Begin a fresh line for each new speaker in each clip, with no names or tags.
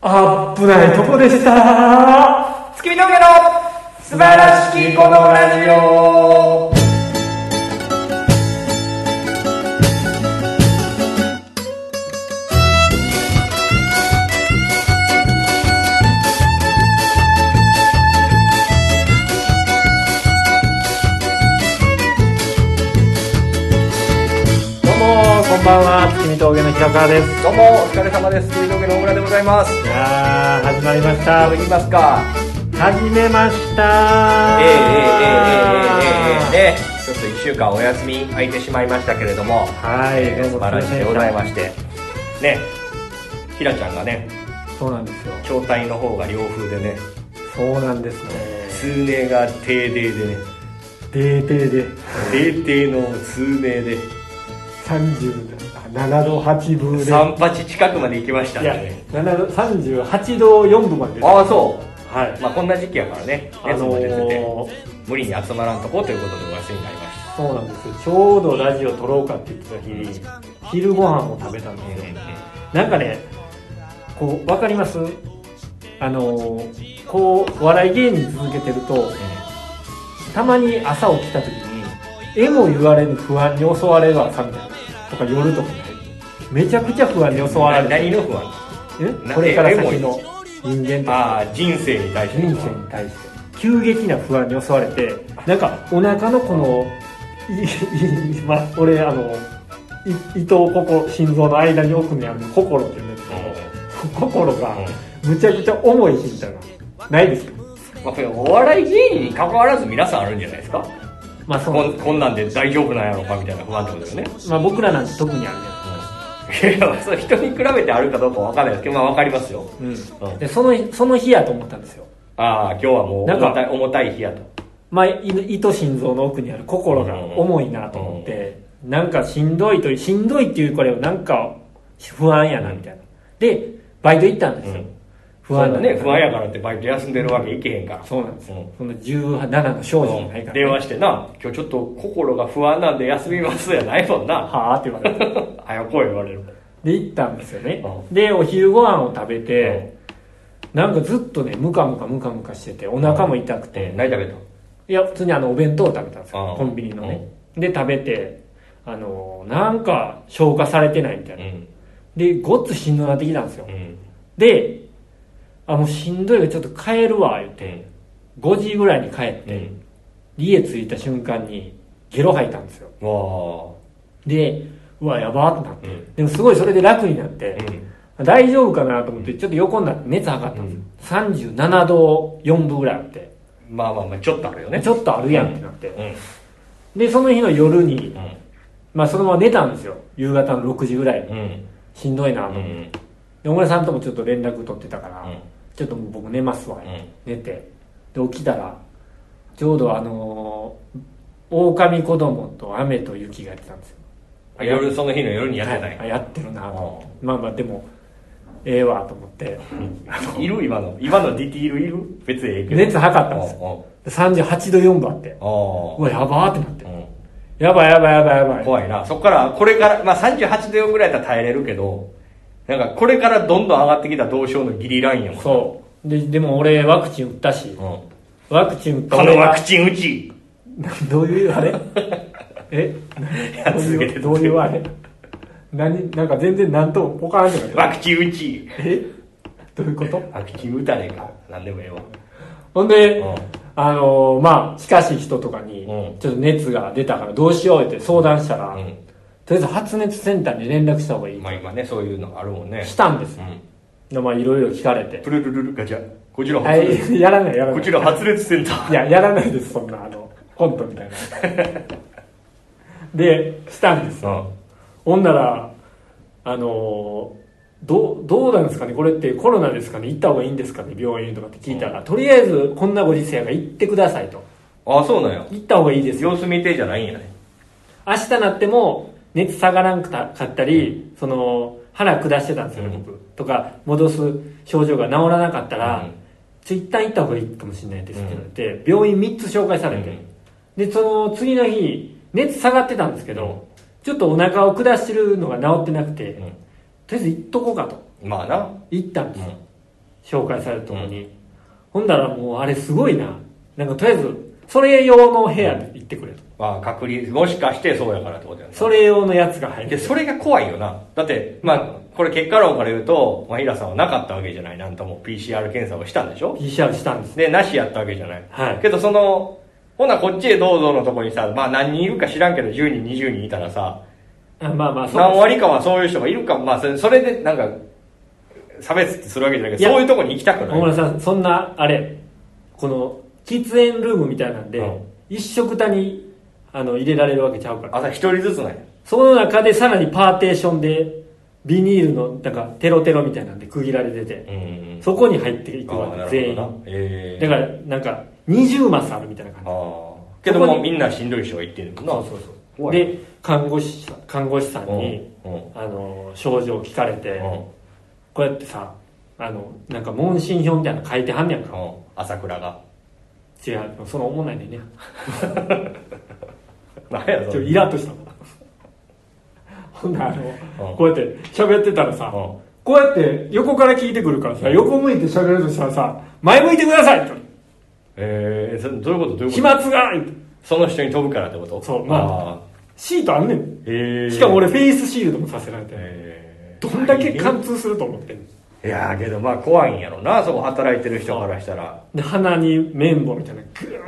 あぶないとこでした
月見峠の素晴らしきこのラジオ
どうもこんばんは月見峠の平川です
どうもお疲れ様です月見峠の大村でございます
いやー始まりまし
あ
た
行きますか
始めました
ええええええええええねちょっと1週間お休み空いてしまいましたけれども
はいどうも
素晴らしいでございま
し
してねひらちゃんがね
たそうなんですよ
筐体の方が洋風でね
そうなんですね
通名が定例でね
デーデーで
定定の通名で
37度8分で
三八近くまで行きました
いや
ね
7度38度4分までです
ああそう
はい
まあこんな時期やからね
あ
熱
の
も出てて、
ー、
無理に集まらんとこうということでお休みになりまし
そうなんですよちょうどラジオ撮ろうかって言ってた日昼ご飯を食べたん
た、
ですよなんかねこう分かりますあのこうお笑い芸人続けてるとたまに朝起きた時にえも言われぬ不安に襲われる朝みたいなとか夜とかねめちゃくちゃ不安に襲わ
な
れる
何の不安
え
な
これから先
え
の人間と
あ
か
あ人生に対して
人
の
生に対して急激な不安に襲われてなんかお腹のこのいいいま俺あのい伊藤心心臓の間に奥にある心っていうんですけど、 心がむちゃくちゃ重い日みたいなないですか
まあ、これお笑い芸人に関わらず皆さんあるんじゃないですか
まあそ
こ
の
んこんなんで大丈夫なんやろうかみたいな不安ってことですよね
まあ僕らなんて特にある
いやそう人に比べてあるかどうかわかんないですけどまあわかりますよ、
じゃないですか、
う
でそのその日やと思ったんですよ
ああ今日はもう
なん
重
か
たい重たい日やと
まあい糸心臓の奥にある心が重いなと思って、なんかしんどいとしんどいっていうこれはなんか不安やなみたいなでバイト行ったんですよ、
うん
不安
そ
だ
うね不安やからってバイト休んでるわけいけへんから
そうなんですよ、
うん
その17の少女じゃないから、
電話してな今日ちょっと心が不安なんで休みますやないもんな
はあって言われて
あやこい言われる
で行ったんですよね、
う
でお昼ご飯を食べて、なんかずっとねムカムカムカムカしててお腹も痛くて、
え何食べた
いや普通にあのお弁当を食べたんですよ、
うん
コンビニのね、で食べてあのーなんか消化されてないみたいな、
ん
でごっつしんどなってきたんですよ、
うん
であもうしんどいからちょっと帰るわ言って5時ぐらいに帰って
うん
家着いた瞬間にゲロ吐いたんですよ
わ
でうわやばーってなっ
あう
て
ん
でもすごいそれで楽になって、
うん
大丈夫かなと思ってちょっと横になって熱測ったんですよ、37度4分ぐらいあって、
まあまあまあちょっとあるよね
ちょっとあるやんってなって、
うん
でその日の夜に、
うん
まあ、そのまま寝たんですよ夕方の6時ぐらいに
うん
しんどいなと
う
思って、
ん
で小倉さんともちょっと連絡取ってたから、
うん
ちょっともう僕寝ますわ、
うん
寝てで起きたらちょうどあのー狼子供と雨と雪がやってたんですよ
あ夜その日の夜にやってな
はいあ
い
やってるなと、まあまあでもええわと思って
いる今の今のディティールいる別にええけど
熱測ったんですよ
あ
38度4分あってう
あ
わやばーってなって
うん
やばいやばいやばいやばい
怖いなそっからこれからまあ38度ぐらいだったら耐えれるけどなんかこれからどんどん上がってきたらどうしようのギリラインやもん
そうででも俺ワクチン打ったし
うん
ワクチン打った
このワク
チ
チン打ち
ン どういうあれえ
や
どう
続けて
いうどういうあれ何なんか全然何ともポカーンってなって
ワクチン打ち
えどういうこと
ワクチン打たねえかなんでもええわ
ほんで、
うん
あのーまあ近しい人とかに
うん
ちょっと熱が出たからどうしようって相談したら、
うん
とりあえず発熱センターに連絡した方がいい、
まあ今ねそういうのがあるもんね
したんです
う
よ、
ん
でまあいろいろ聞かれて
プルルルルガチャこちら
は
発熱
いやらないやらな
こ
い
ちら発熱センター
いややらないですそんなあのコントみたいなでしたんですよ
うん
ほんならあのーどうどうなんですかねこれってコロナですかね行った方がいいんですかね病院とかって聞いたら、とりあえずこんなご時世やから行ってくださいと
あそうなんや
行った方がいいですよ
様子見てじゃないんやね
明日なっても熱下がらんかったり、その腹下してたんですよね、
うん
僕とか戻す症状が治らなかったら、
うん
ちょ一旦行った方がいいかもしれないですって言われて、病院3つ紹介されて、でその次の日熱下がってたんですけど、
うん
ちょっとお腹を下してるのが治ってなくて、
うん
とりあえず行っとこうかと
まあな
行ったんですよ、紹介されるとこに、ほんだらもうあれすごいななんかとりあえずそれ用の部屋に行ってくれと、
まあ、隔離、もしかしてそうやからってことやな。
それ用のやつが入
で、
る
それが怖いよな。だって、まあ、これ結果論から言うと、まあ、平さんはなかったわけじゃない。なんとも PCR 検査をしたんでしょ
PCR したんです
で、なしやったわけじゃない。
はい
けど、その、ほな、こっちへどうぞのとこにさ、まあ、何人いるか知らんけど、10人、20人いたらさ、
あまあまあそう
何割かはそういう人がいるか、まあ、それそれで、なんか、差別ってするわけじゃないけ
い
ど、
や
そういうとこに行きたくな
大
い。
村さんそんなあれこの喫煙ルームみたいなんで、
うん
一食たにあの入れられるわけちゃうから
あ、さ、一人ずつなんや。
その中でさらにパーテーションでビニールのなんかテロテロみたいなんで区切られてて、
ん。
そこに入っていく
ああ、な
わけ
る
全
ほどな
員。
ええ
だからなんか20マスあるみたいな
あ
感
あ。けど
そ
も、
こに
みんなしんどい人が行ってるもんな。そうそう
じで看護師さん看護師さんに、
うんうん
あの症状を聞かれて、
うん。
こうやってさあのなんか問診票みたいなの書いてはんねやんか
うん、朝 倉が。
違うそのおもんないねんね
何や
ちょっとイラッとしたもん ほんならあの、
うん
こうやって喋ってたらさ、
うん
こうやって横から聞いてくるからさ、横向いて喋るとしたらさ、前向いてくださいって
えー、そどういうことどういう
飛
こと
沫が言うて
その人に飛ぶからってこと
そうまあ
あ
シートあんねん。
ー。えー、
しかも俺、フェイスシールドもさせられて、
え
どんだけ貫通すると思ってんの
ー、いやーけどまあ怖いんやろな、そこ働いてる人からしたら。
で、鼻に綿棒みたいな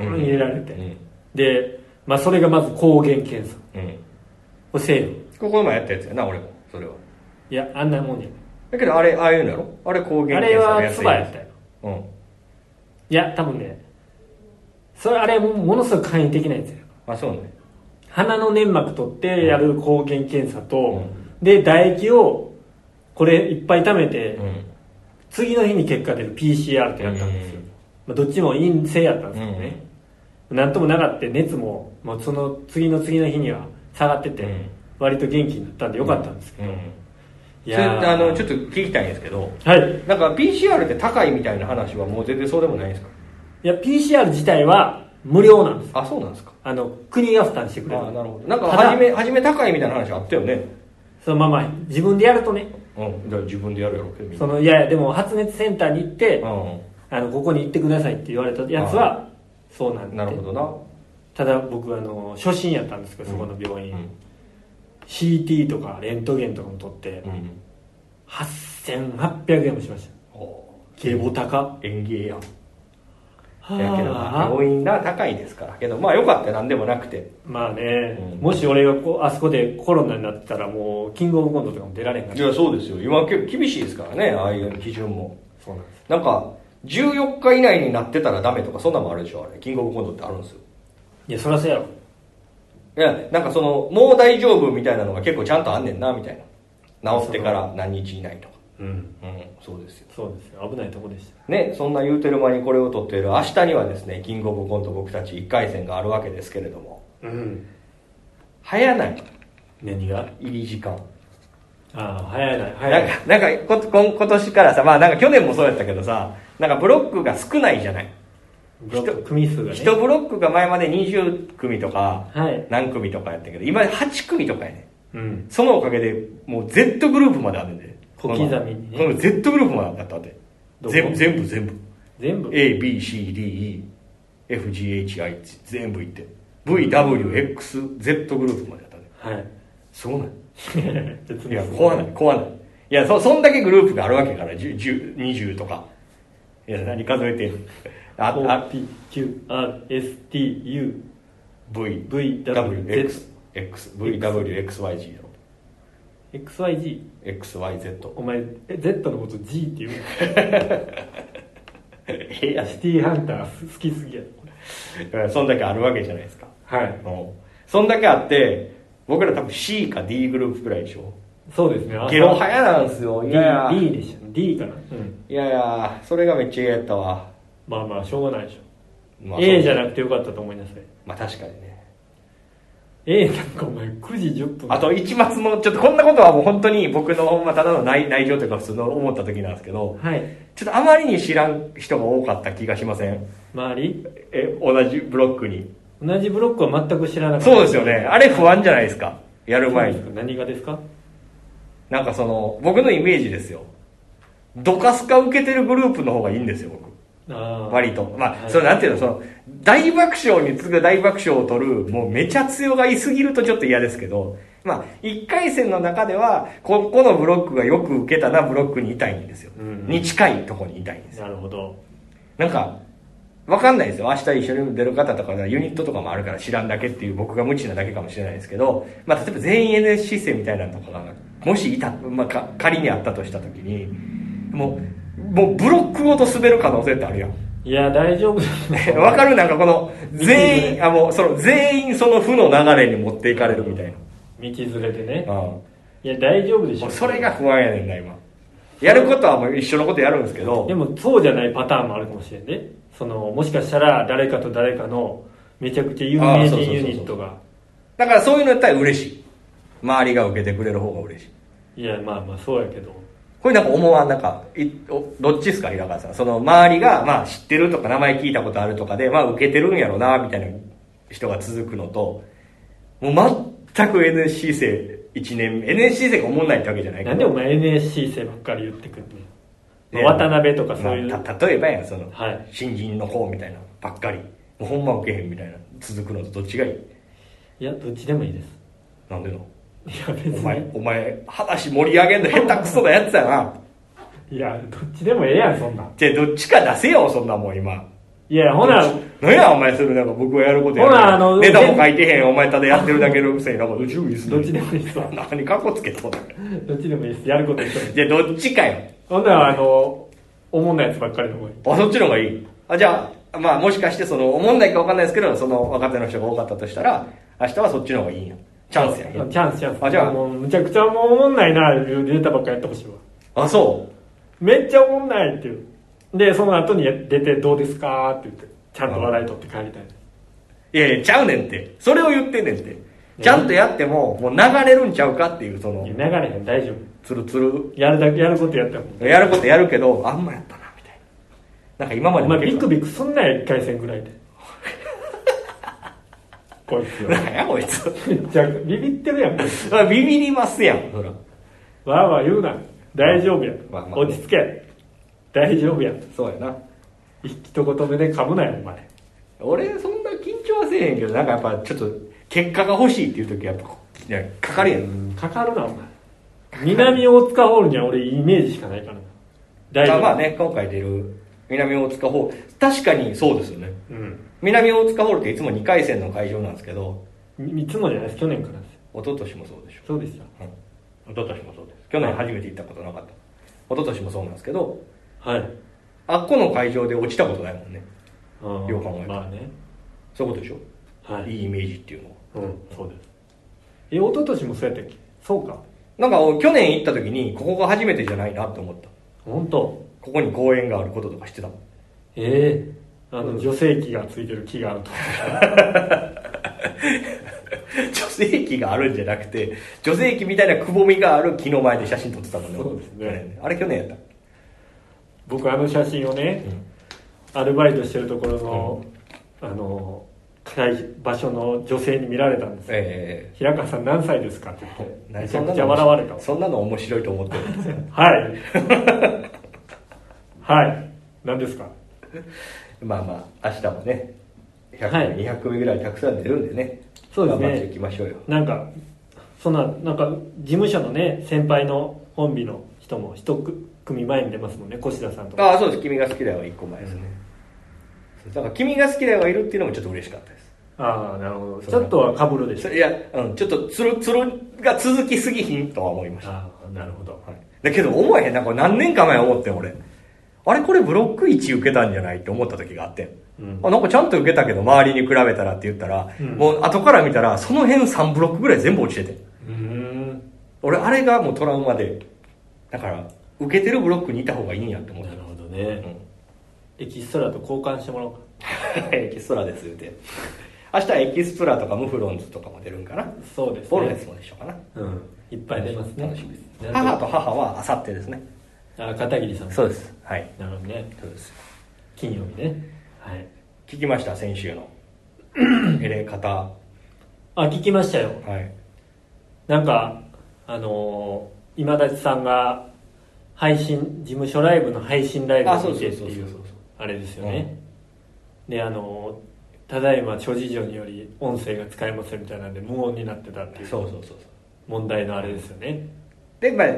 のグーン入れられて。
うん。
で、まあそれがまず抗原検査。
うん。
これせえよ
ここでもやったやつやな、俺も。それは。
いや、あんなもんや。
だけどあれ、ああいうのやろあれ抗原
あれは
つ
唾やったよ。
うん。
いや、多分ね、それあれもものすごく簡易的なやつや。
あ、そうね。
鼻の粘膜取ってやる抗原検査
う
と、
ん
で唾液をこれいっぱい貯めて、
うん。
次の日に結果出る PCR とやったんですよ、
うん
まあ、どっちも陰性やったんですけどね、なんともなかった熱ももうその次の次の日には下がってて、
うん
割と元気になったんでよかったんですけ
う
ど、
ん。
い
それ
やー
あの、ちょっと聞きたいんですけど、
はい
なんか PCR って高いみたいな話はもう全然そうでもないんですか
いや PCR 自体は無料なんです
あ、そうなんですか
あの国が負担してくれる
ああなるほどなんか
ただ
初め初め高いみたいな話あったよね
そのまま自分でやるとね
うんじゃあ自分でやるやろうけどみん
そ
な
のいやいやでも発熱センターに行って、
うん
あのここに行ってくださいって言われたやつはそうなんで
なるほどな
ただ僕あの初診やったんですけどそこの病院、
うん
CT とかレントゲンとかも取って、
うん
8800円もしました
お
ゲボ高
ー園芸やん
は
やけどな病院な高いですからけどまあよかったなんでもなくて
まあね、
うん
もし俺がこうあそこでコロナになってたらもうキングオブコントとかも出られへんから
やそうですよ今結構厳しいですからねああいう基準も
そうなんです
なんか14日以内になってたらダメとかそんなのもあるでしょあれキングオブコントってあるんですよ
いやそらそうやろ
いやなんかそのもう大丈夫みたいなのが結構ちゃんとあんねんなみたいな治ってから何日以内とか
うん
うんそうですよ
そうですよ危ないとこでした
ね、そんな言うてる間にこれを撮っている明日にはですね、キングオブコント僕たち1回戦があるわけですけれども、
うん
早ない、
何が
入り時間。
ああ早いな早
ないん
な
か、なんかこ、こん今年からさ、まあなんか去年もそうやったけどさ、なんかブロックが少ないじゃない。
ブロック組数が
1
ね
ブロックが前まで20組とか、
はい
何組とかやったけど、今8組とかやね
うん
そのおかげで、もう Z グループまであるんで。
小刻みにね
この Z グループまであったって。
どこ
全部、全部、全部。
全部
A, B, C, D, E, F, G, H, I 全部いって。V, W, X, Z グループまでやったね。
はい
すごない
絶
いや、
妙
怖ない、怖ない。いや、そ、そんだけグループがあるわけやから、10、10 20とか。いや、何数えてんのあ、あ、
P Q R S T U
V,
V W
W,
Z
X, X, V, W, X, Y, G やろ。
X Y G
X, Y, Z。
お前え Z のこと G って言う
ええや
のシティハンター好きすぎや
ん。そんだけあるわけじゃないですか。
はい
うんそんだけあって、僕ら多分 C か D グループぐらいでしょ。
そうですねあ
ゲロ早なんですよ。いやいや
D, D でした D かなうん
いやいや、それがめっちゃ嫌やったわ。
まあまあしょうがないでしょ、
まあ
A じゃなくてよかったと思いなさい
まあ確かにね。
A なんかお前9時10分
あと、一末の、ちょっとこんなことはもう本当に僕の、まあ、ただの内内情というか普通の思った時なんですけど、
はい
ちょっとあまりに知らん人が多かった気がしません。
周り
え、同じブロックに。
同じブロックは全く知らなかった
そうですよね。あれ不安じゃないですか。やる前に。
何がですか
なんかその、僕のイメージですよ。どかすか受けてるグループの方がいいんですよ僕
あ
割とま
は
あ
い
それなんていうのその大爆笑に次ぐ大爆笑を取るもうめちゃ強がいすぎるとちょっと嫌ですけどまあ1回戦の中ではここのブロックがよく受けたなブロックにいたいんですよ、
うん
に近いとこにいたいんです
あなるほど
なんか、わかんないですよ。明日一緒に出る方とか、ユニットとかもあるから知らんだけっていう僕が無知なだけかもしれないですけど、まあ例えば全員 NS システムみたいなのとかが、もしいた、まあか仮にあったとしたときに、もう、もうブロックごと滑る可能性ってあるやん。
いや大丈夫
わかるなんかこの、全
見てくれ
員、あ、もうその全員その負の流れに持っていかれるみたい
道連れでね
な。うん。
いや大丈夫でし
も
ょ
うそれが不安やねんな、今。やることはもう一緒のことやるんですけど
で、もそうじゃないパターンもあるかもしれんねそのもしかしたら誰かと誰かのめちゃくちゃ有名人ユニットが
だからそういうのやったら嬉しい。周りが受けてくれる方が嬉しい。
いやまあまあそうやけど
これなんか思わん、なんか、いおどっちですか、平川さん。その周りが、まあ知ってるとか名前聞いたことあるとかで、まあ受けてるんやろな、みたいな人が続くのと、もう全く NSC 生1年目、NSC 生が思んないってわけじゃないけど
なんでお前 NSC 生ばっかり言ってくんねん
ね
まあ渡辺とかそういう、
まあた例えばやん、その、
はい
新人の子みたいな、ばっかり。もうほんま受けへんみたいな、続くのとどっちがいい
いやどっちでもいいです
なんでの
いや別
お
に
前、お前、話盛り上げんの下手くそなやつやな。
いやどっちでもええやんそんなん
じゃあどっちか出せよ、そんなもん今。
いやほな
何やお前それなんか僕はやることやる
ほらあの
ネタも書いてへんお前ただやってるだけのくせになんかどっちでもいいっすね
どっちでもいいっすわ
何カッコつけとんねん
どっちでもいいですやること一緒です
じゃあどっちかよ
ほんならあのおもんなやつばっかりの方がいい
あそっちの方がいいあじゃあまあもしかしてその思んないか分かんないですけどその若手の人が多かったとしたら明日はそっちの方がいいんやチャンスや
チ
ん
ャンスチャンス
あじゃあ
もうむちゃくちゃもうおもんないないうデータばっかりやってほしいわ
あそう
めっちゃおもんないっていうでその後に出てどうですかって言ってちゃんと笑い取って帰りたい
いやいやちゃうねんってそれを言ってんねんってちゃんとやってももう流れるんちゃうかっていうその
いや流れへん大丈
ツルツル
夫やるだけやることやったもん
やることやるけどあんまやったなみたいななんか今まで
お
の
前ビクビクすんなよ1回戦ぐらい でこいつよ
なんやこいつ
めっちゃビビってるやんこいつ
あビビりますやん、そら。
わーわー言うな大丈夫や、
まあまあ
落ち着け大丈夫や
そうやな。
一言目で噛むなよお前
俺、そんな緊張はせえへんけど、なんかやっぱちょっと、結果が欲しいっていう時はやっぱこう、いやかかるやん。
かかるなお前南大塚ホールには俺イメージしかないからな大
じ
丈夫
ゃあまあね、今回出る、南大塚ホール、確かにそうですよね。
うん
南大塚ホールっていつも2回戦の会場なんですけど、
いいつもじゃないです去年からです
一昨年もそうでしょ。
そうでした
うん。一昨年もそうです。去年初めて行ったことなかった。一昨年もそうなんですけど、
はい
あっこの会場で落ちたことないもんね。
うん
よう考えたら
まあね
そういうことでしょ。
はい
いいイメージっていうのは。
うんそうですえ一昨年もそうやったっけそうか
なんか去年行った時にここが初めてじゃないなって思った
本当
ここに公園があることとかしてたもん
ええあの女性器がついてる木があると
女性器があるんじゃなくて女性器みたいなくぼみがある木の前で写真撮ってたもんね
そうですね
去年あれ去年やったっ
僕あの写真をね
け、、
アルバイトしてるところの、あの会場所の女性に見られたんですよ
え
平川さん何歳ですかって言っ
え
てめちゃくちゃ笑われたわ
そんなの面白いと思ってるんですよ
はい はい何ですか
まあまあ明日もね100
はい
組、200組ぐらいたくさん出るんでね
そうですね
頑張っていきましょうよ
なんかそんななんか事務所のね先輩の本日の人も一組前に出ますもんね越田さんとか
ああそうです君が好きだよは1個前ですね、だから君が好きだよがいるっていうのもちょっと嬉しかったです
ああなるほどちょっとはかぶるでし
そ
ょ
れいや、うん、ちょっとつるつるが続きすぎひんとは思いました、は
ああなるほど
い、だけど思えへんなんか何年か前思ってん俺あれこれブロック1受けたんじゃないって思った時があってん、
うん
あなんかちゃんと受けたけど周りに比べたらって言ったら、
うん
もう後から見たらその辺3ブロックぐらい全部落ちてて
うーん
俺あれがもうトラウマでだから受けてるブロックにいた方がいいんやって思っ
な
て
る
る
ほどねエキストラと交換してもらおうか
エキストラです言うて明日はエキストラとかムフロンズとかも出るんかな
そうです
ボルネ
ね
スもでしょうかな
うんいっぱい出ますね
楽しみです
なる
母
ほど
と母はあさってですね
あ片桐さん
そうですはい
なるほどね
そうです
金曜日ねはい
聞きました先週 のエレ方は
あ聞きましたよ
い
なんかあのー今立さんが配信事務所ライブの配信ライブ
あ
を
そう
見
そ
て
う
って
そう
い
そううそう
あれですよね、であのただいま諸事情により音声が使えませんみたいなんで無音になってたっていう
そうそうそう
問題のあれですよね
でまあ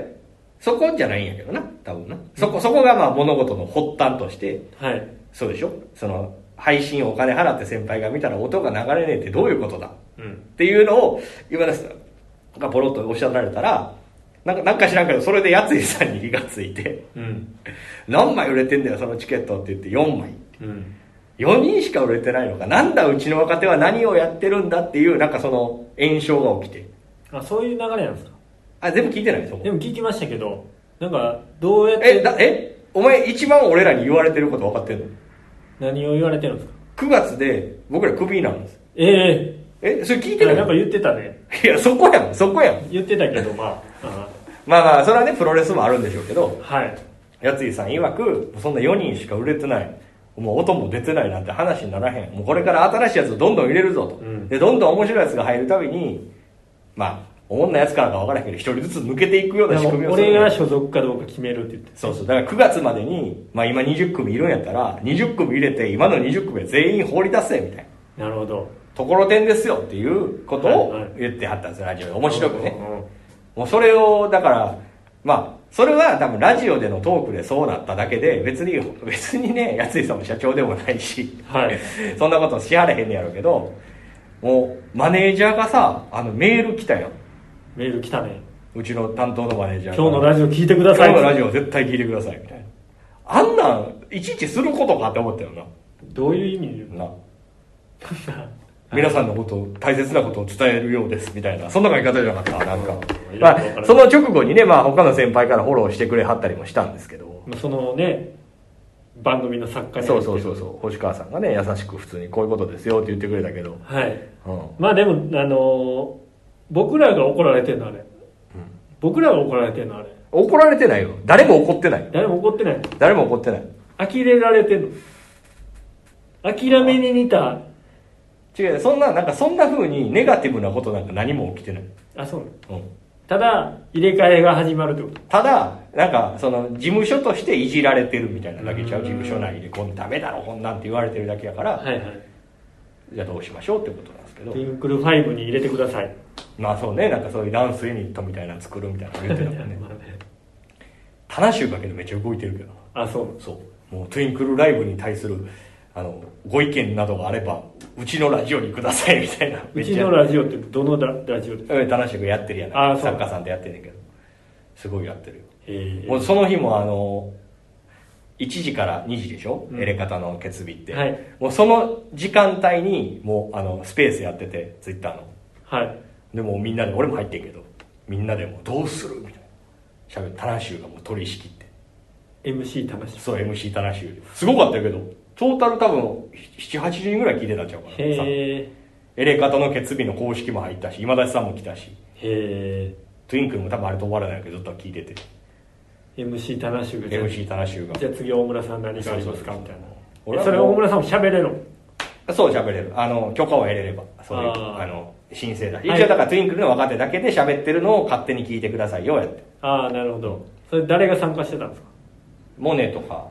そこじゃないんやけどな多分なそこそこがまあ物事の発端として
はい
そうでしょその配信をお金払って先輩が見たら音が流れねえってどういうことだ
うん
っていうのを今田さんがポロッとおっしゃられたらなんかなんか知らんけどそれでやついさんに火がついて
うん
「何枚売れてんだよそのチケット」って言って4枚
うん
4人しか売れてないのかなんだうちの若手は何をやってるんだっていうなんかその炎症が起きて
あそういう流れなんですか
あ全部聞いてないそこ
でも聞きましたけどなんかどうやっ
え
て
だえお前一番俺らに言われてること分かってんの
何を言われてるんですか
9月で僕らクビなんです
え
えそれ聞
え
いてない
なんか言ってたね
いやそこやんそこやん
言ってたけどまああ
まあまあそれはねプロレスもあるんでしょうけど
はい
やついさん曰くそんな4人しか売れてないもう音も出てないなんて話にならへんもうこれから新しいやつをどんどん入れるぞと、
うん
でどんどん面白いやつが入るたびにまあおもんなやつからか分からへんけど一人ずつ抜けていくような仕組みをする
俺が所属かどうか決めるって言って
そうそうだから9月までに、まあ、今20組いるんやったら20組入れて今の20組は全員放り出せみたいな
なるほど
ところてんですよっていうことを
はいはい
言ってはったんですよラジオで面白くね、
うんうん
もうそれを、だから、まあ、それは多分ラジオでのトークでそうなっただけで、別に、別にね、やついさんも社長でもないし、
はい
そんなことしはれへんねやろうけど、もう、マネージャーがさ、あの、メール来たよ。
メール来たね
うちの担当のマネージャー
今
が。
日のラジオ聞いてください
今日のラジオ絶対聞いてください、みたいな。あんなん、いちいちすることかって思ったよ
どういう意味で言うの
な。な。 皆さんのことを大切なことを伝えるようですみたいなそんな書き方じゃなかったなんか
うん
まあその直後にねまあ他の先輩からフォローしてくれはったりもしたんですけど
まあそのね番組の作家に
そうそうそうそう星川さんがね優しく普通にこういうことですよって言ってくれたけど
はい
うん
まあでもあのー僕らが怒られてんのあれ、僕らが怒られてんのあれ
怒られてないよ誰も怒ってない
誰も怒ってない
誰も怒ってない
呆れられてんの諦めに似た
違うそんななんかそんな風にネガティブなことなんか何も起きてない、
あそうね
うん、
ただ入れ替えが始まるってこと
ただなんかその事務所としていじられてるみたいなだけちゃう事務所内でこんダメだろこんなんって言われてるだけやから、
はいはい
じゃあどうしましょうってことなんですけど
ティンクルファイブに入れてくだ さい
まあそうねなんかそういうダンスユニットみたいなの作るみたいなの言ってたもんね
まあね
タナシュだけどめっちゃ動いてるけどな
あそう
そうもうトゥインクルライブに対するあのご意見などがあればうちのラジオにくださいみたいな
うちのラジオってどのララジオですか
うんタナシュがやってるや
あ
な
ーそう
作家さんでやってんねんけどすごいやってるよ
え
もうその日もあの1時から2時でしょ、
うん
エレカタの決日って、
はい
もうその時間帯にもうあのスペースやっててツイッターの
はい
でもうみんなで俺も入ってんけどみんなでもうどうするみたいなしゃべタナシュがもう取り仕切って
MC 楽し
そう MC タナシュすごかったけどトータル多分78人ぐらい聞いてたんちゃうかな
へ
さ
え
エレカタの決日の公式も入ったし今田さんも来たし
へ
トゥインクルも多分あれと終わらないけどずっと聞いてて
え MC 楽しくじゃあ
MC タナシュが
じゃあ次大村さん何がありますかみたいな
俺は
えそれ
もう
大村さんも喋れるの
そう喋れるあの許可を得れればそういう
あー
あの申請だ
はい
一応だからトゥインクルの若手だけで喋ってるのを勝手に聞いてくださいよやって
ああなるほどそれ誰が参加してたんですか
モネとか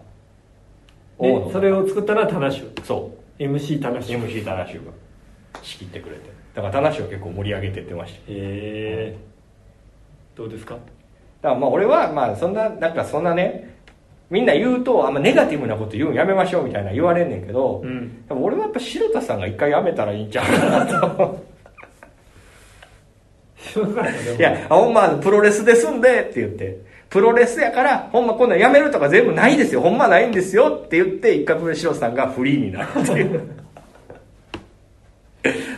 大野と
で
か
それを作ったのは田無
そう
MC 田無へ
MC タナシュが仕切ってくれてだからタナシュは結構盛り上げてってました
えどうですか
だからまあ俺はまあそんななんかそんなねみんな言うとあんまネガティブなこと言うんやめましょうみたいな言われんねんけど、
うん
でも俺はやっぱ城田さんが一回やめたらいいんちゃうかなと
そうかでも
いやほんまプロレスですんでって言ってプロレスやからほんまこんなんやめるとか全部ないですよほんまないんですよって言って一回プロレス城田さんがフリーになるってい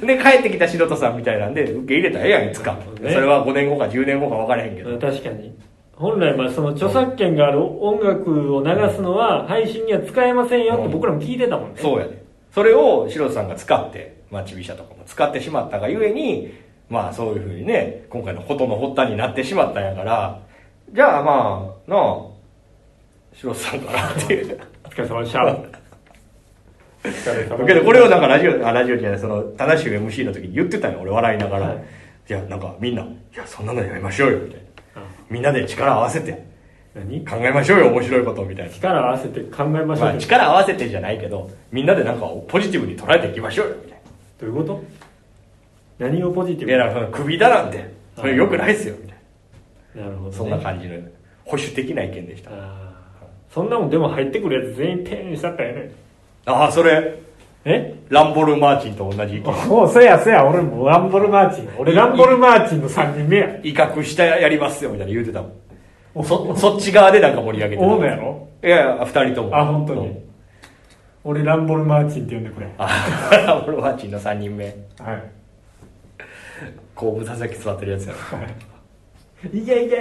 う で帰ってきた城田さんみたいなんで受け入れたらええやんいつか、
ね
それは5年後か10年後か分からへんけど、
うん確かに本来まあその著作権がある音楽を流すのは配信には使えませんよって僕らも聞いてたもんね
そうやね。それを白田さんが使って、まあ、ちびしゃとかも使ってしまったがゆえに、まあそういうふうにね、今回のことの発端になってしまったんやから、じゃあまあ、なあ、白田さんからっていう。
お疲れ様でしたお疲れ様で
けどこれをなんかラジオ、あ、ラジオじゃない、その、正しい MC の時に言ってたんよ、俺笑いながら。
はい
い、や、なんかみんな、いや、そんなのやめましょうよ、みたいな。
あ
みんなで力を合わせて、
何
考えましょうよ面白いことみたいな、
力を合わせて考えましょう
ま
よ
あ、力合わせてじゃないけどみんなでなんかポジティブに捉えていきましょうよみたい
どういうこと何をポジティ
な
ブ
いやだから首だなんてそれよくないですよみたい
なるほど、ね、
なそんな感じの保守的な意見でした
あーそんなもんでも入ってくるやつ全員丁寧にしたったよね
ああそれ
え
ランボルマーチンと同じ意見
おうそやそや俺もランボルマーチン俺ランボルマーチンの3人目や
威嚇してやりますよみたいな言うてたもんそそっち側でなんか盛り上げて
大野やろ
いやいや2人とも
あ本当
う
に
ん
俺ランボルマーチンって呼んでくれは
あ ランボルマーチンの3人目
い
後部座席座ってるやつやろ
いけいけ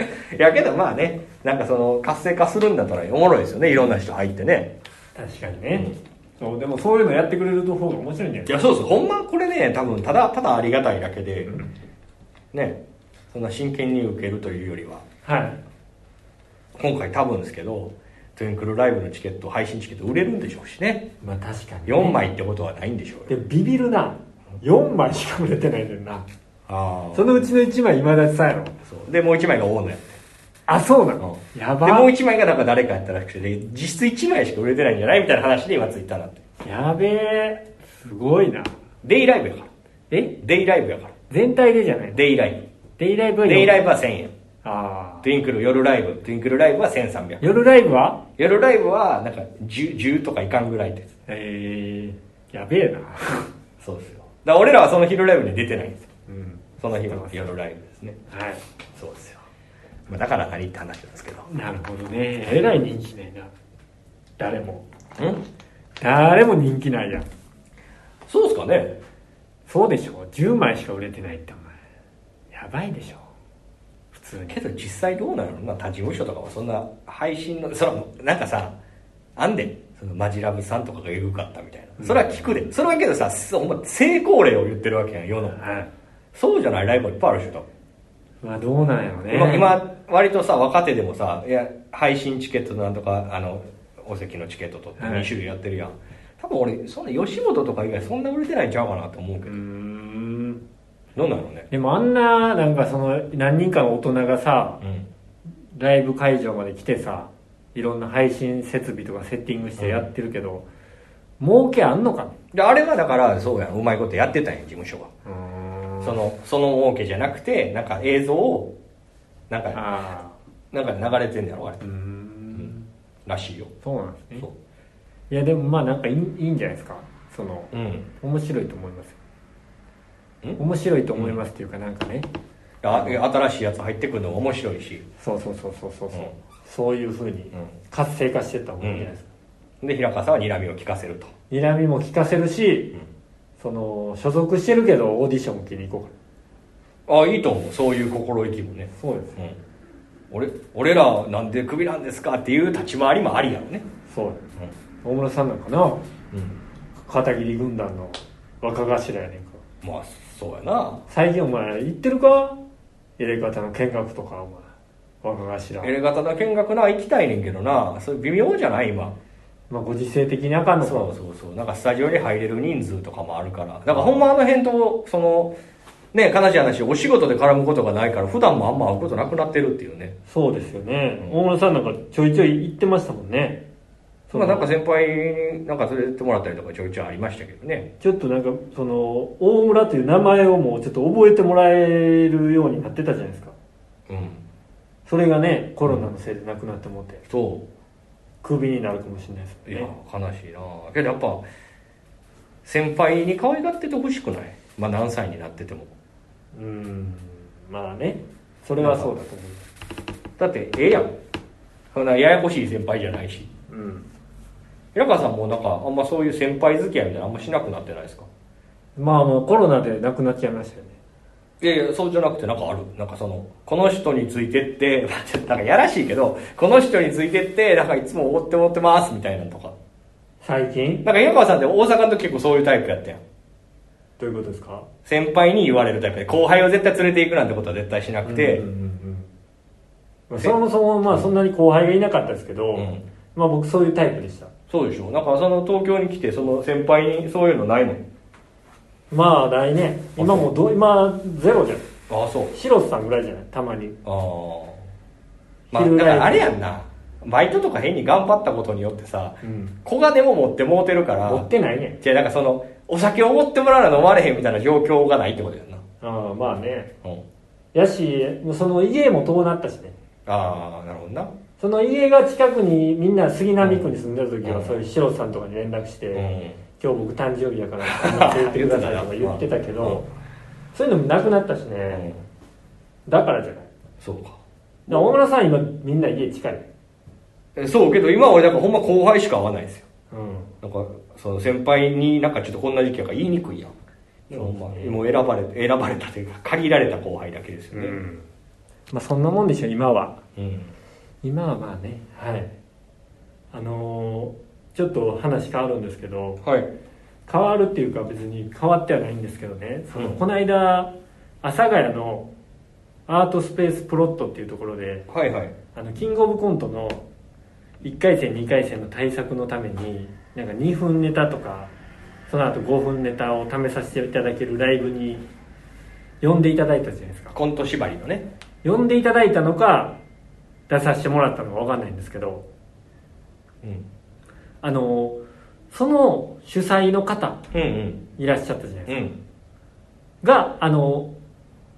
いやけどまあねなんかその活性化するんだったらおもろいですよねいろんな人入ってね
確かにね、そうでもそういうのやってくれる方が面白いんじゃない
いやそうですほんまこれね多分ただただありがたいだけで、ねそんな真剣に受けるというよりは
はい
今回多分ですけどトゥインクルライブのチケット配信チケット売れるんでしょうしね
まあ確かに、
4枚ってことはないんでしょう
で
よ
ビビるな4枚しか売れてないんだよな
ああ
そのうちの1枚今立ちさんやろ
そうでもう1枚が大野やって
あそうなの、
うん
や
で
ば
もう1枚がなんか誰かやったらしくてで実質1枚しか売れてないんじゃないみたいな話で今ツイッターになってる
やべえすごいな
デイライブやから
え
デイライブやから
全体でじゃない
デイライ
デイライブ
ブ
は
デイライブは1000円
ああ
トゥインクル夜ライブトゥインクルライブは1300
夜ライブは
夜ライブはなんか 10, 10とかいかんぐらいです
ええやべえな
そうですよだから俺らはその昼ライブに出てないんですよ
うん
その日は夜ライブですね
は
そうですよ、まあ、だから何って話なんですけど
いなるほどねえらい人気ないな誰も
うん
誰も人気ないやん
そうですかね
そうでしょ10枚しか売れてないってお前やばいでしょ普通に
けど実際どうなのまあ他事務所とかはそんな配信のそらなんかさあんでんそのマジラブさんとかがエグかったみたいなそれは聞くでそれはけどさほんま成功例を言ってるわけやん世の
はい
そうじゃないライブはいっぱいあるでしょ多分
まあどうなんやろね
今今割とさ若手でもさいや配信チケットなんとかあのお席のチケット取って
はい
2種類やってるやん、多分俺そんな吉本とか以外そんな売れてないんちゃうかなと思うけ
う
ど、
ーん
どうなのね
でもあんななんかその何人かの大人がさ
うん
ライブ会場まで来てさいろんな配信設備とかセッティングしてやってるけど、儲けあんのかね
であれはだからそうやんうまいことやってたんや事務所は
うーん
そのその儲けじゃなくてなんか映像をなんか
あ
なんか流れてんだろあれ
あうーん
らしいよ
そうなんですね
そう
いやでもまあなんかいいいいんじゃないですかその
うん
面白いと思いますよ
ん
面白いと思いますっていうかなんかね
あ新しいやつ入ってくるのも面白いし、
そうそうそうそうそうそう、
うん
そういうふうに活性化してった方がいいんじゃないですか、
で平川さんは睨みを聞かせると
睨みも聞かせるし、
うん
その所属してるけどオーディション受けに行こうか
あいいと思うそういう心意気もね
そうです
うん俺俺らなんでクビなんですかっていう立ち回りもありやろね、
そうです大村さんなんかな
うん
片桐軍団の若頭やねんから
まあそうやな
最近お前行ってるか入れ方の見学とかお前若頭
エレガタだ見学な行きたいねんけどなそれ微妙じゃない今
まあ、ご時世的にあかんのか
そうそうそうなんかスタジオに入れる人数とかもあるからだからほんまあの辺とそのね悲しい話お仕事で絡むことがないから普段もあんま会うことなくなってるっていうね
そうですよね、
うん
大村さんなんかちょいちょい行ってましたもんね
まあなんか先輩になんか連れてもらったりとかちょいちょいありましたけどね
ちょっとなんかその大村という名前をもうちょっと覚えてもらえるようになってたじゃないですか
うん
それがねコロナのせいでなくなってもって
そう
クビになるかもしれないです
い
よ
や
ね
悲しいなけどやっぱ先輩に可愛がっててほしくないまあ何歳になってても
うんまあねそれはそうだと思
だってええやんそんなややこしい先輩じゃないし
ううん
平川さんもなんかあんまそういう先輩付き合いみたいなのあんましなくなってないですか
まあもうコロナでなくなっちゃいましたよね
いやいやそうじゃなくてなんかあるなんかそのこの人についてって ちょっとなんかやらしいけどこの人についてってなんかいつも追って追ってますみたいなのとか
最近
なんか平川さんって大阪の時結構そういうタイプやったやん
どういうことですか
先輩に言われるタイプで後輩を絶対連れていくなんてことは絶対しなくて、
うんうんうんうんまあ、そもそもまあそんなに後輩がいなかったですけど、
うん
まあ僕そういうタイプでした
そうでしょなんかその東京に来てその先輩にそういうのないもん
まあ来年
あ
今もうどう今ゼロじゃん
ああそう
シロスさんぐらいじゃないたまに
あまあ、
昼
だ
ぐ
から
い
らあれやんなバイトとか変に頑張ったことによってさ、
うん
小金も持ってもうてるから
持ってないねん
じゃあなんかそのお酒を持ってもらうの飲まれへんみたいな状況がないってことやんな、
ああまあね
うん、
やしその家も遠なったしね
ああなるほどな
その家が近くにみんな杉並区に住んでる時は、
うん
そういうシロさんとかに連絡して、
うん
今日僕誕生日や から連れてってくださいとか言ってたけ
言って
ど、そういうのもなくなったし
たなうん
ね、だからじゃないだか
そうから
大村さん今みんな家近い
えそうけど今俺なんかほんま後輩しか会わないですよ
うん
なんかその先輩になんかちょっとこんな時期やから言いにくいやん
うん
ほんまもう選ばれ選ばれたというか借りられた後輩だけですよね
まあそんなもんでしょ今は
うん
今はまあねはいあのーちょっと話変わるんですけど
はい
変わるっていうか別に変わってはないんですけどねその、
うん
この間阿佐ヶ谷のアートスペースプロットっていうところで
はいはい
あのキングオブコントの1回戦2回戦の対策のためになんか2分ネタとかその後5分ネタを試させていただけるライブに呼んでいただいたじゃないですか
コント縛りのね
呼んでいただいたのか出させてもらったのか分かんないんですけど
うん
あのその主催の方
うんうん
いらっしゃったじゃないですか、
うん
があの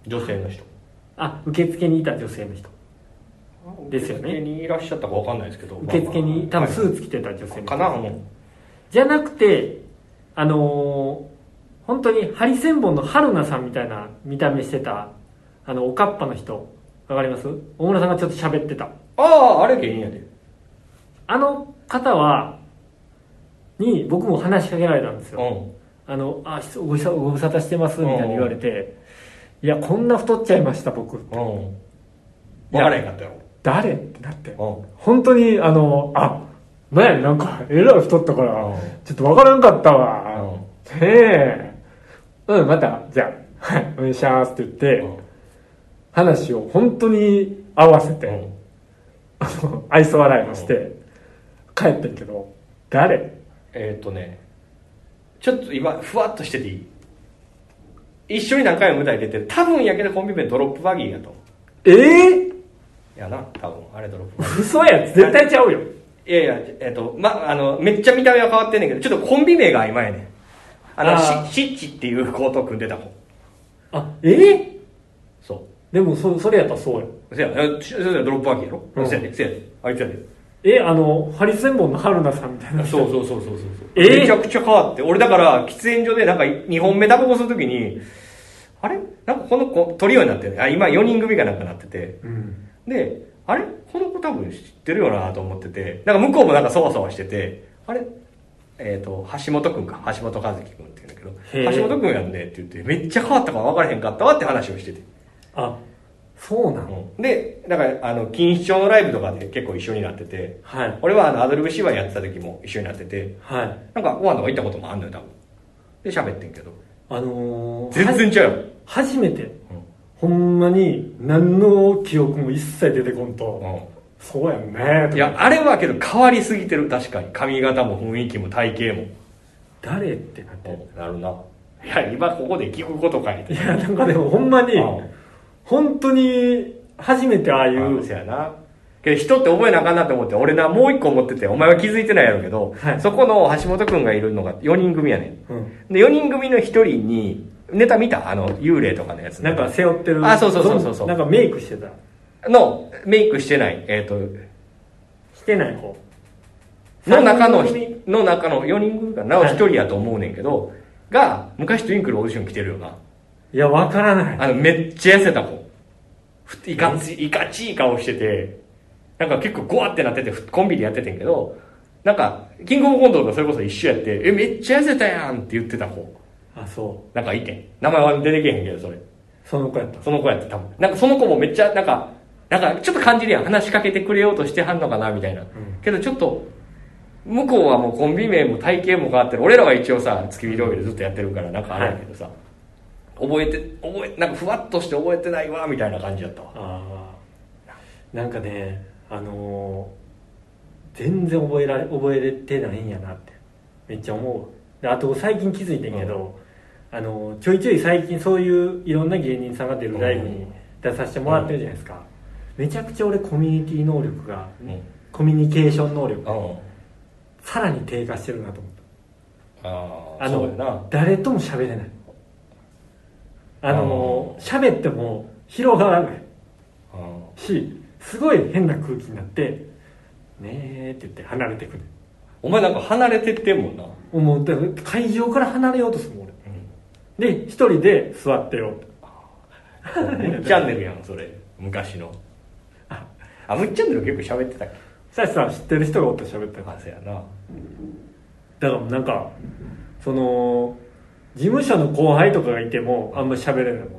女性の人
あ受付にいた女性の人ですよね
受付にいらっしゃったかわかんないですけど
受付に多分スーツ着てた女性の
はい
人
かなも
じゃなくてあのー本当にハリセンボンの春菜さんみたいな見た目してたあのおかっぱの人わかります大村さんがちょっと喋ってた
あああれ芸人やで
あの方はに僕も話しかけられたんですよ
うん
あの、あ、しご無沙ご無沙汰してます、みたいに言われて、いや、こんな太っちゃいました、僕。
うんわからへんかったよ
誰ってなって。
うん
本当に、あの、あ、ねなんか、えらい太ったから
うん、
ちょっとわからんかった
う
わ。
ん
へえ。うん、また、じゃあ、はい、お願いしますって言って、話を本当に合わせて、
うん
あの、 愛想笑いをして、帰ってんけど、誰
えーっとねちょっと今ふわっとしてていい一緒に何回も舞台出てる多分やけどコンビ名ドロップバギーやと
えぇ、
やな多分あれドロップバギー
嘘やつ、絶対ちゃうよ。
いやいやえーっとまあのめっちゃ見た目は変わってんねんけどちょっとコンビ名が曖昧やねんあの
あー
シシッチっていうコート組んでた子
あ、えぇ、
そう
でもそそれやったらそうよ
せやえせやドロップバギーやろ、
うん
せやでせやであいつやで
えあのハリセンボンの春菜さんみたいな
そうそうそうそうそうそう、
えー
めちゃくちゃ変わって俺だから喫煙所でなんか2本目タバコするときにあれなんかこの子トリオになってるねあ今4人組がなんかなってて
うん
であれこの子多分知ってるよなと思っててなんか向こうもなんかそわそわしててあれえっ、と橋本君か橋本和樹君って言うんだけ
へ
ど
ー
橋本君やんねって言ってめっちゃ変わったから分からへんかったわって話をしてて、
あそうなの、
うんでだからあの錦糸町のライブとかで結構一緒になってて
はい
俺はあのアドリブ芝居やってた時も一緒になってて
はい
なんかご飯とか行ったこともあんのよ多分で喋ってんけど
あのー、
全
は
然ちゃうよ、
初めて
うん
ほんまに何の記憶も一切出てこんと、そうやんね
いやあれはけど変わりすぎてる確かに髪型も雰囲気も体型も
誰ってなって
なるな。いや、今ここで聞くことかい
いやなんかでもほんまに
うん
本当に初めてああい
いう
う
せやな。けど人って覚えなあかんなと思って、俺な、もう一個持ってて、お前は気づいてないやろうけど、
はい
そこの橋本くんがいるのが4人組やね
うん
ん。で、4人組の1人に、ネタ見たあの、幽霊とかのやつ。
なんか背負ってる
あそうそうそうそうそう
なんかメイクしてた
の、メイクしてない、えっ、と、
してない方
の中の、
三人組
の中の4人組かな、
はい
1人やと思うねんけど、が、昔トゥインクルオーディション来てるよな。
いやわからない
あの、めっちゃ痩せた子。ふいかつい、いかちい顔してて、なんか結構ゴワってなってて、ふコンビでやっててんけど、なんか、キングオブコントとかそれこそ一緒やって、え、めっちゃ痩せたやんって言ってた子。
あそう
なんかいてん。名前は出てけへんけど、それ。
その子やった
その子やって多分。なんかその子もめっちゃ、なんか、なんかちょっと感じるやん。話しかけてくれようとしてはんのかな、みたいな。けどちょっと、向こうはもうコンビ名も体型も変わってる。俺らは一応さ、月見料理でずっとやってるから、なんかあれやけどさ、覚えて、覚え、なんかふわっとして覚えてないわ、みたいな感じだったわ。
ああなんかねあのー全然覚えられ覚えれてないんやなってめっちゃ思うわであと最近気づいてんけど、あのーちょいちょい最近そういういろんな芸人さんが出るライブに出させてもらってるじゃないですか、めちゃくちゃ俺コミュニティ能力が、
うん
コミュニケーション能力
あ
がさらに低下してるなと思った
あ
あ
あ
の
そうやな
誰とも喋れないあの喋っても広がらない
うん
しすごい変な空気になって「ねえ」って言って離れてくる
お前なんか離れてってん もんな
もうだから会場から離れようとするもん俺で一人で座ってよ
ムッチャンネルやんそれ昔の あムッチャンネル結構喋ってたっ
サシさん知ってる人がおって喋って
け
る
あそうやな
だからなんかその事務所の後輩とかがいてもあんまり喋れないもん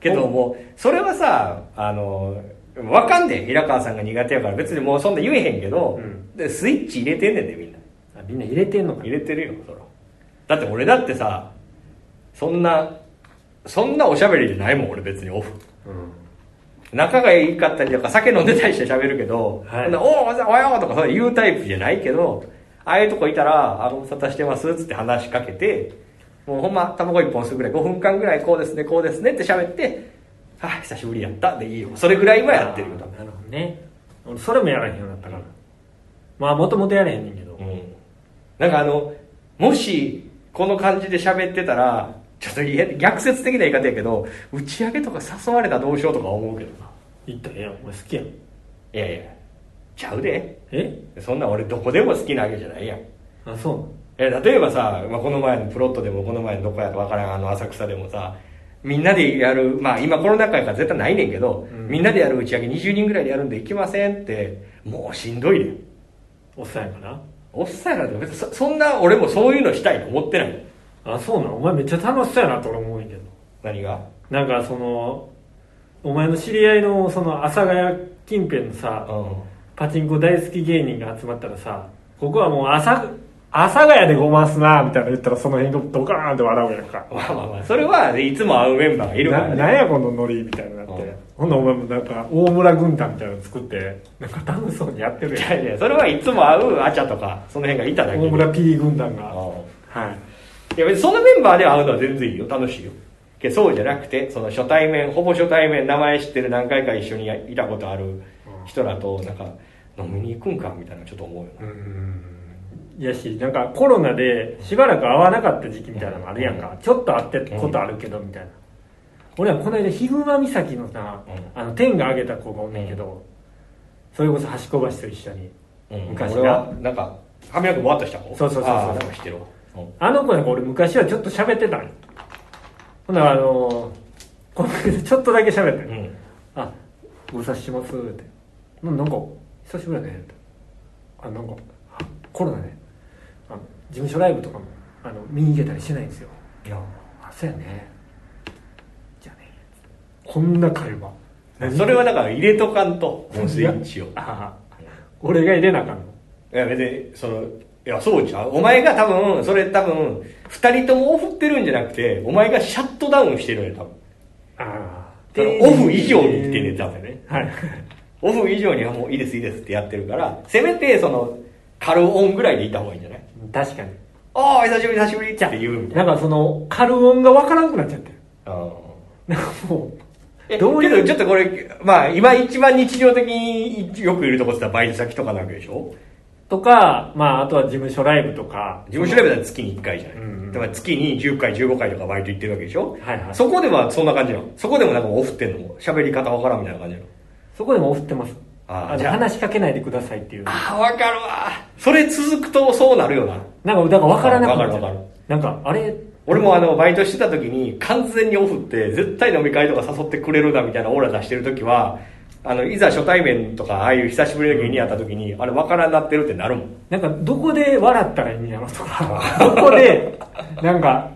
けどもうそれはさあのわかんねえ平川さんが苦手やから別にもうそんな言えへんけど、
うん
でスイッチ入れてんねんでみんな
あみんな入れてんのか
入れてるよそらだって俺だってさそんなそんなおしゃべりじゃないもん俺別にオフ
う
仲がいいかったりとか酒飲んでたりして喋るけど「
はい
そんなおおおはよう」とかそういうタイプじゃないけどああいうとこいたら「あご無沙汰してます」っつって話しかけてもうほんま卵一本吸うぐらい5分間ぐらいこうですねこうですねって喋って「あ久しぶりやった」でいいよそれぐらいはやってるよ
なるほどね俺それもやらへんようになったからまあもともとやれへんねんけど
うんなんかあのもしこの感じで喋ってたらちょっと言え逆説的な言い方やけど打ち上げとか誘われたらどうしようとか思うけどな
行ったらええやん俺好きやん
いやいやちゃうで
え
そんな俺どこでも好きなわけじゃないやん
あそうなの
え例えばさ、まあ、この前のプロットでもこの前のどこやかわからんあの浅草でもさみんなでやるまあ今コロナ禍やから絶対ないねんけど、
うん
みんなでやる打ち上げ20人ぐらいでやるんで行きませんってもうしんどいねん
おっさんやから
おっさんやからって別にそそんな俺もそういうのしたいと思ってない
あそうなのお前めっちゃ楽しそうやなと俺思うんやけど
何が
なんかそのお前の知り合いのその阿佐ヶ谷近辺のさ
う
パチンコ大好き芸人が集まったらさここはもう阿佐阿佐ヶ谷でごますなみたいなの言ったらその辺がドカーンって笑うやんか
んまあまあまあそれはいつも会うメンバーがいるか
な
ら
なん
ね
やこのノリみたいになって、
うん
ほんなお前もなんか大村軍団みたいなの作ってなんか楽しそうにやってる
い
や
やいやそれはいつも会うアチャとかその辺がいただけ
ん
で
大村 P 軍団が、
うん
はい
いや別にそのメンバーで会うのは全然いいよ楽しいよけどそうじゃなくてその初対面ほぼ初対面名前知ってる何回か一緒にいたことある人らとなんか飲みに行くんかみたいなちょっと思うよ
う
なん
やしなんかコロナでしばらく会わなかった時期みたいなのもあるやんか、ちょっと会ってたことあるけどみたいな、俺はこの間ヒグマ岬のさ、
う
あの天が挙げた子がおんねんけど、それこそ橋小橋と一緒に、昔
俺
な
はなんか髪の毛ぼわっとした子
そうそうそうそう
あーなんかしてるわうん
あの子なんか俺昔はちょっと喋ってたんよほんならあのこの間ちょっとだけ喋ってん、
うん
あご無沙汰しますってななんか久しぶりだねってあなんかあコロナねあの事務所ライブとかもあの見に行けたりしてないんですよ
いや
あそうやねじゃあねこんな会話
それはだから入れとかんと音声一応
あ俺が入れなあかんの
いや別にそのいやそうじゃんお前が多分それ多分二人ともオフってるんじゃなくてお前がシャットダウンしてるんや多分
あ
だからオフ以上に行ってね多分ね
はい
オフ以上にはもういいですいいですってやってるから、せめてその、軽音ぐらいでいた方がいいんじゃない
確かに
ああ、久しぶり久しぶりって言うみた
ないんかその軽音がわからんくなっちゃってる
な。うん
なんかも
え
うどう
け
い
ど
う
ちょっとこれ、まあ今一番日常的によくいるとこって言ったらバイト先とかなわけでしょ
とかまああとは事務所ライブとか
事務所ライブだったら月に1回じゃない、
うん
だから月に10回15回とかバイト行ってるわけでしょ
はいはい
そこではそんな感じなのそこでもなんかオフってんのも喋り方わからんみたいな感じなの
そこでも送ってます。
あー
あ
じ
の
ゃあ
話しかけないでくださいっていう。
ああ、わかるわ。それ続くとそうなるよな。
なんか、だから分からなくなっちゃう
わかるわか
なんか、あれ、
俺もあの、バイトしてた時に、完全にオフって、絶対飲み会とか誘ってくれるなみたいなオーラ出してる時は、あの、いざ初対面とか、ああいう久しぶりの芸人やった時に、あれ分からんなってるってなるもん。
なんか、どこで笑ったらいいんやろとか、どこで、なんか、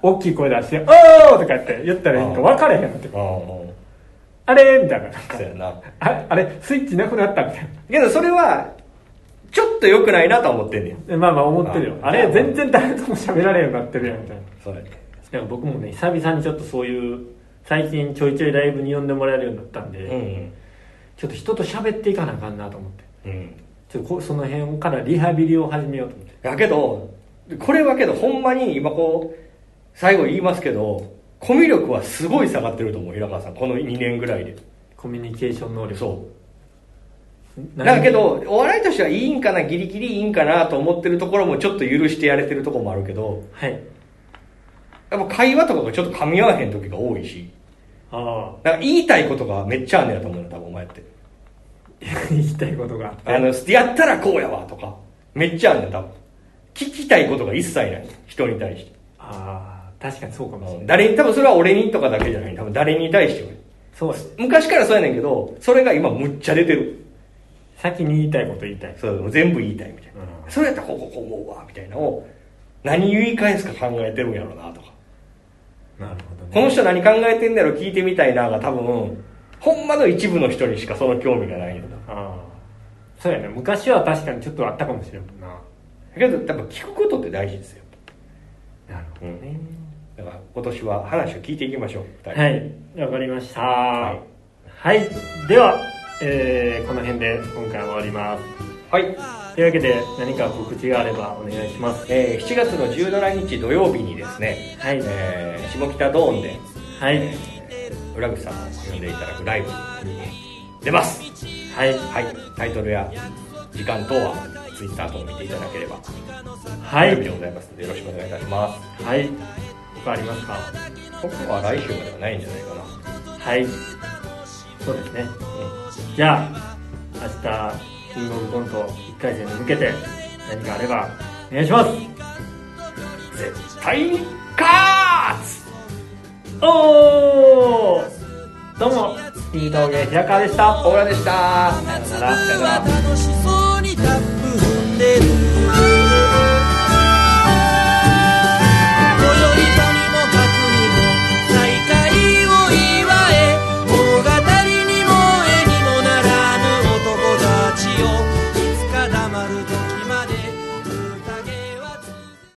大きい声出して、おーとか言って言ったらいいんか分からへんのって。
あ
あれみたいな。なんか
そうやな。
ああれ、スイッチなくなったみたいな
けどそれは、ちょっと良くないなと思ってんねん。
で。まあまあ思ってるよ。
あー
あれ、全然誰とも喋られへんようになってるやん、みたいな。
それ。
なんか僕もね、久々にちょっとそういう、最近ちょいちょいライブに呼んでもらえるようになったんで、
うん。
ちょっと人と喋っていかなあかんなと思って。
うん。
ちょっとこその辺からリハビリを始めようと思って。
やけど、これはけど、ほんまに今こう、最後言いますけど、コミュ力はすごい下がってると思う、平川さん。この2年ぐらいで。
コミュニケーション能力
そううだけどお笑いとしてはいいんかなギリギリいいんかなと思ってるところもちょっと許してやれてるところもあるけど
はい
やっぱ会話とかがちょっと噛み合わへん時が多いし
あ
だから言いたいことがめっちゃあんねやと思うの多分お前って
あ言いたいことが
あのやったらこうやわとかめっちゃあんねん多分聞きたいことが一切ない人に対して
ああ確かにそうかもしれない
誰に多分それは俺にとかだけじゃない多分誰に対しても
そうです
昔からそうやねんけどそれが今むっちゃ出てる
先に言いたいこと言いたい
そう全部言いたいみたいな、
うん
それやったらこうこうこう思うわみたいなのを何言い返すか考えてるんやろうなとか
なるほどね
この人何考えてんだろう聞いてみたいなが多分ほんまの一部の人にしかその興味がないんだ
ああそうやね昔は確かにちょっとあったかもしれんもんな
けど多分聞くことって大事ですよ
なるほどね、
だから今年は話を聞いていきましょう二人
はいわかりましたはいい、では、えーこの辺で今回は終わります
はい
というわけで何か告知があればお願いします
えー7月の17日土曜日にですね、
はい
えー下北ドーンで、
はい
えー浦口さんを呼んでいただくライブに出ます、
はい
はい、タイトルや時間等は Twitter 等を見ていただければ
は
で
い
ございますのでよろしくお願いいたします
はい他ありますか
僕は来週まではないんじゃないかな
はいそうですねじゃあ明日キングオブコント1回戦に向けて何かあればお願いします
絶対にカーツ
おーどうも金峠平川でした
小倉でした
さ
夏
よならさよなら
は楽しそうにタップ踏んでる最寄り場にも各にも再会を祝え物語にも絵にもならぬ男たちをいつか黙る時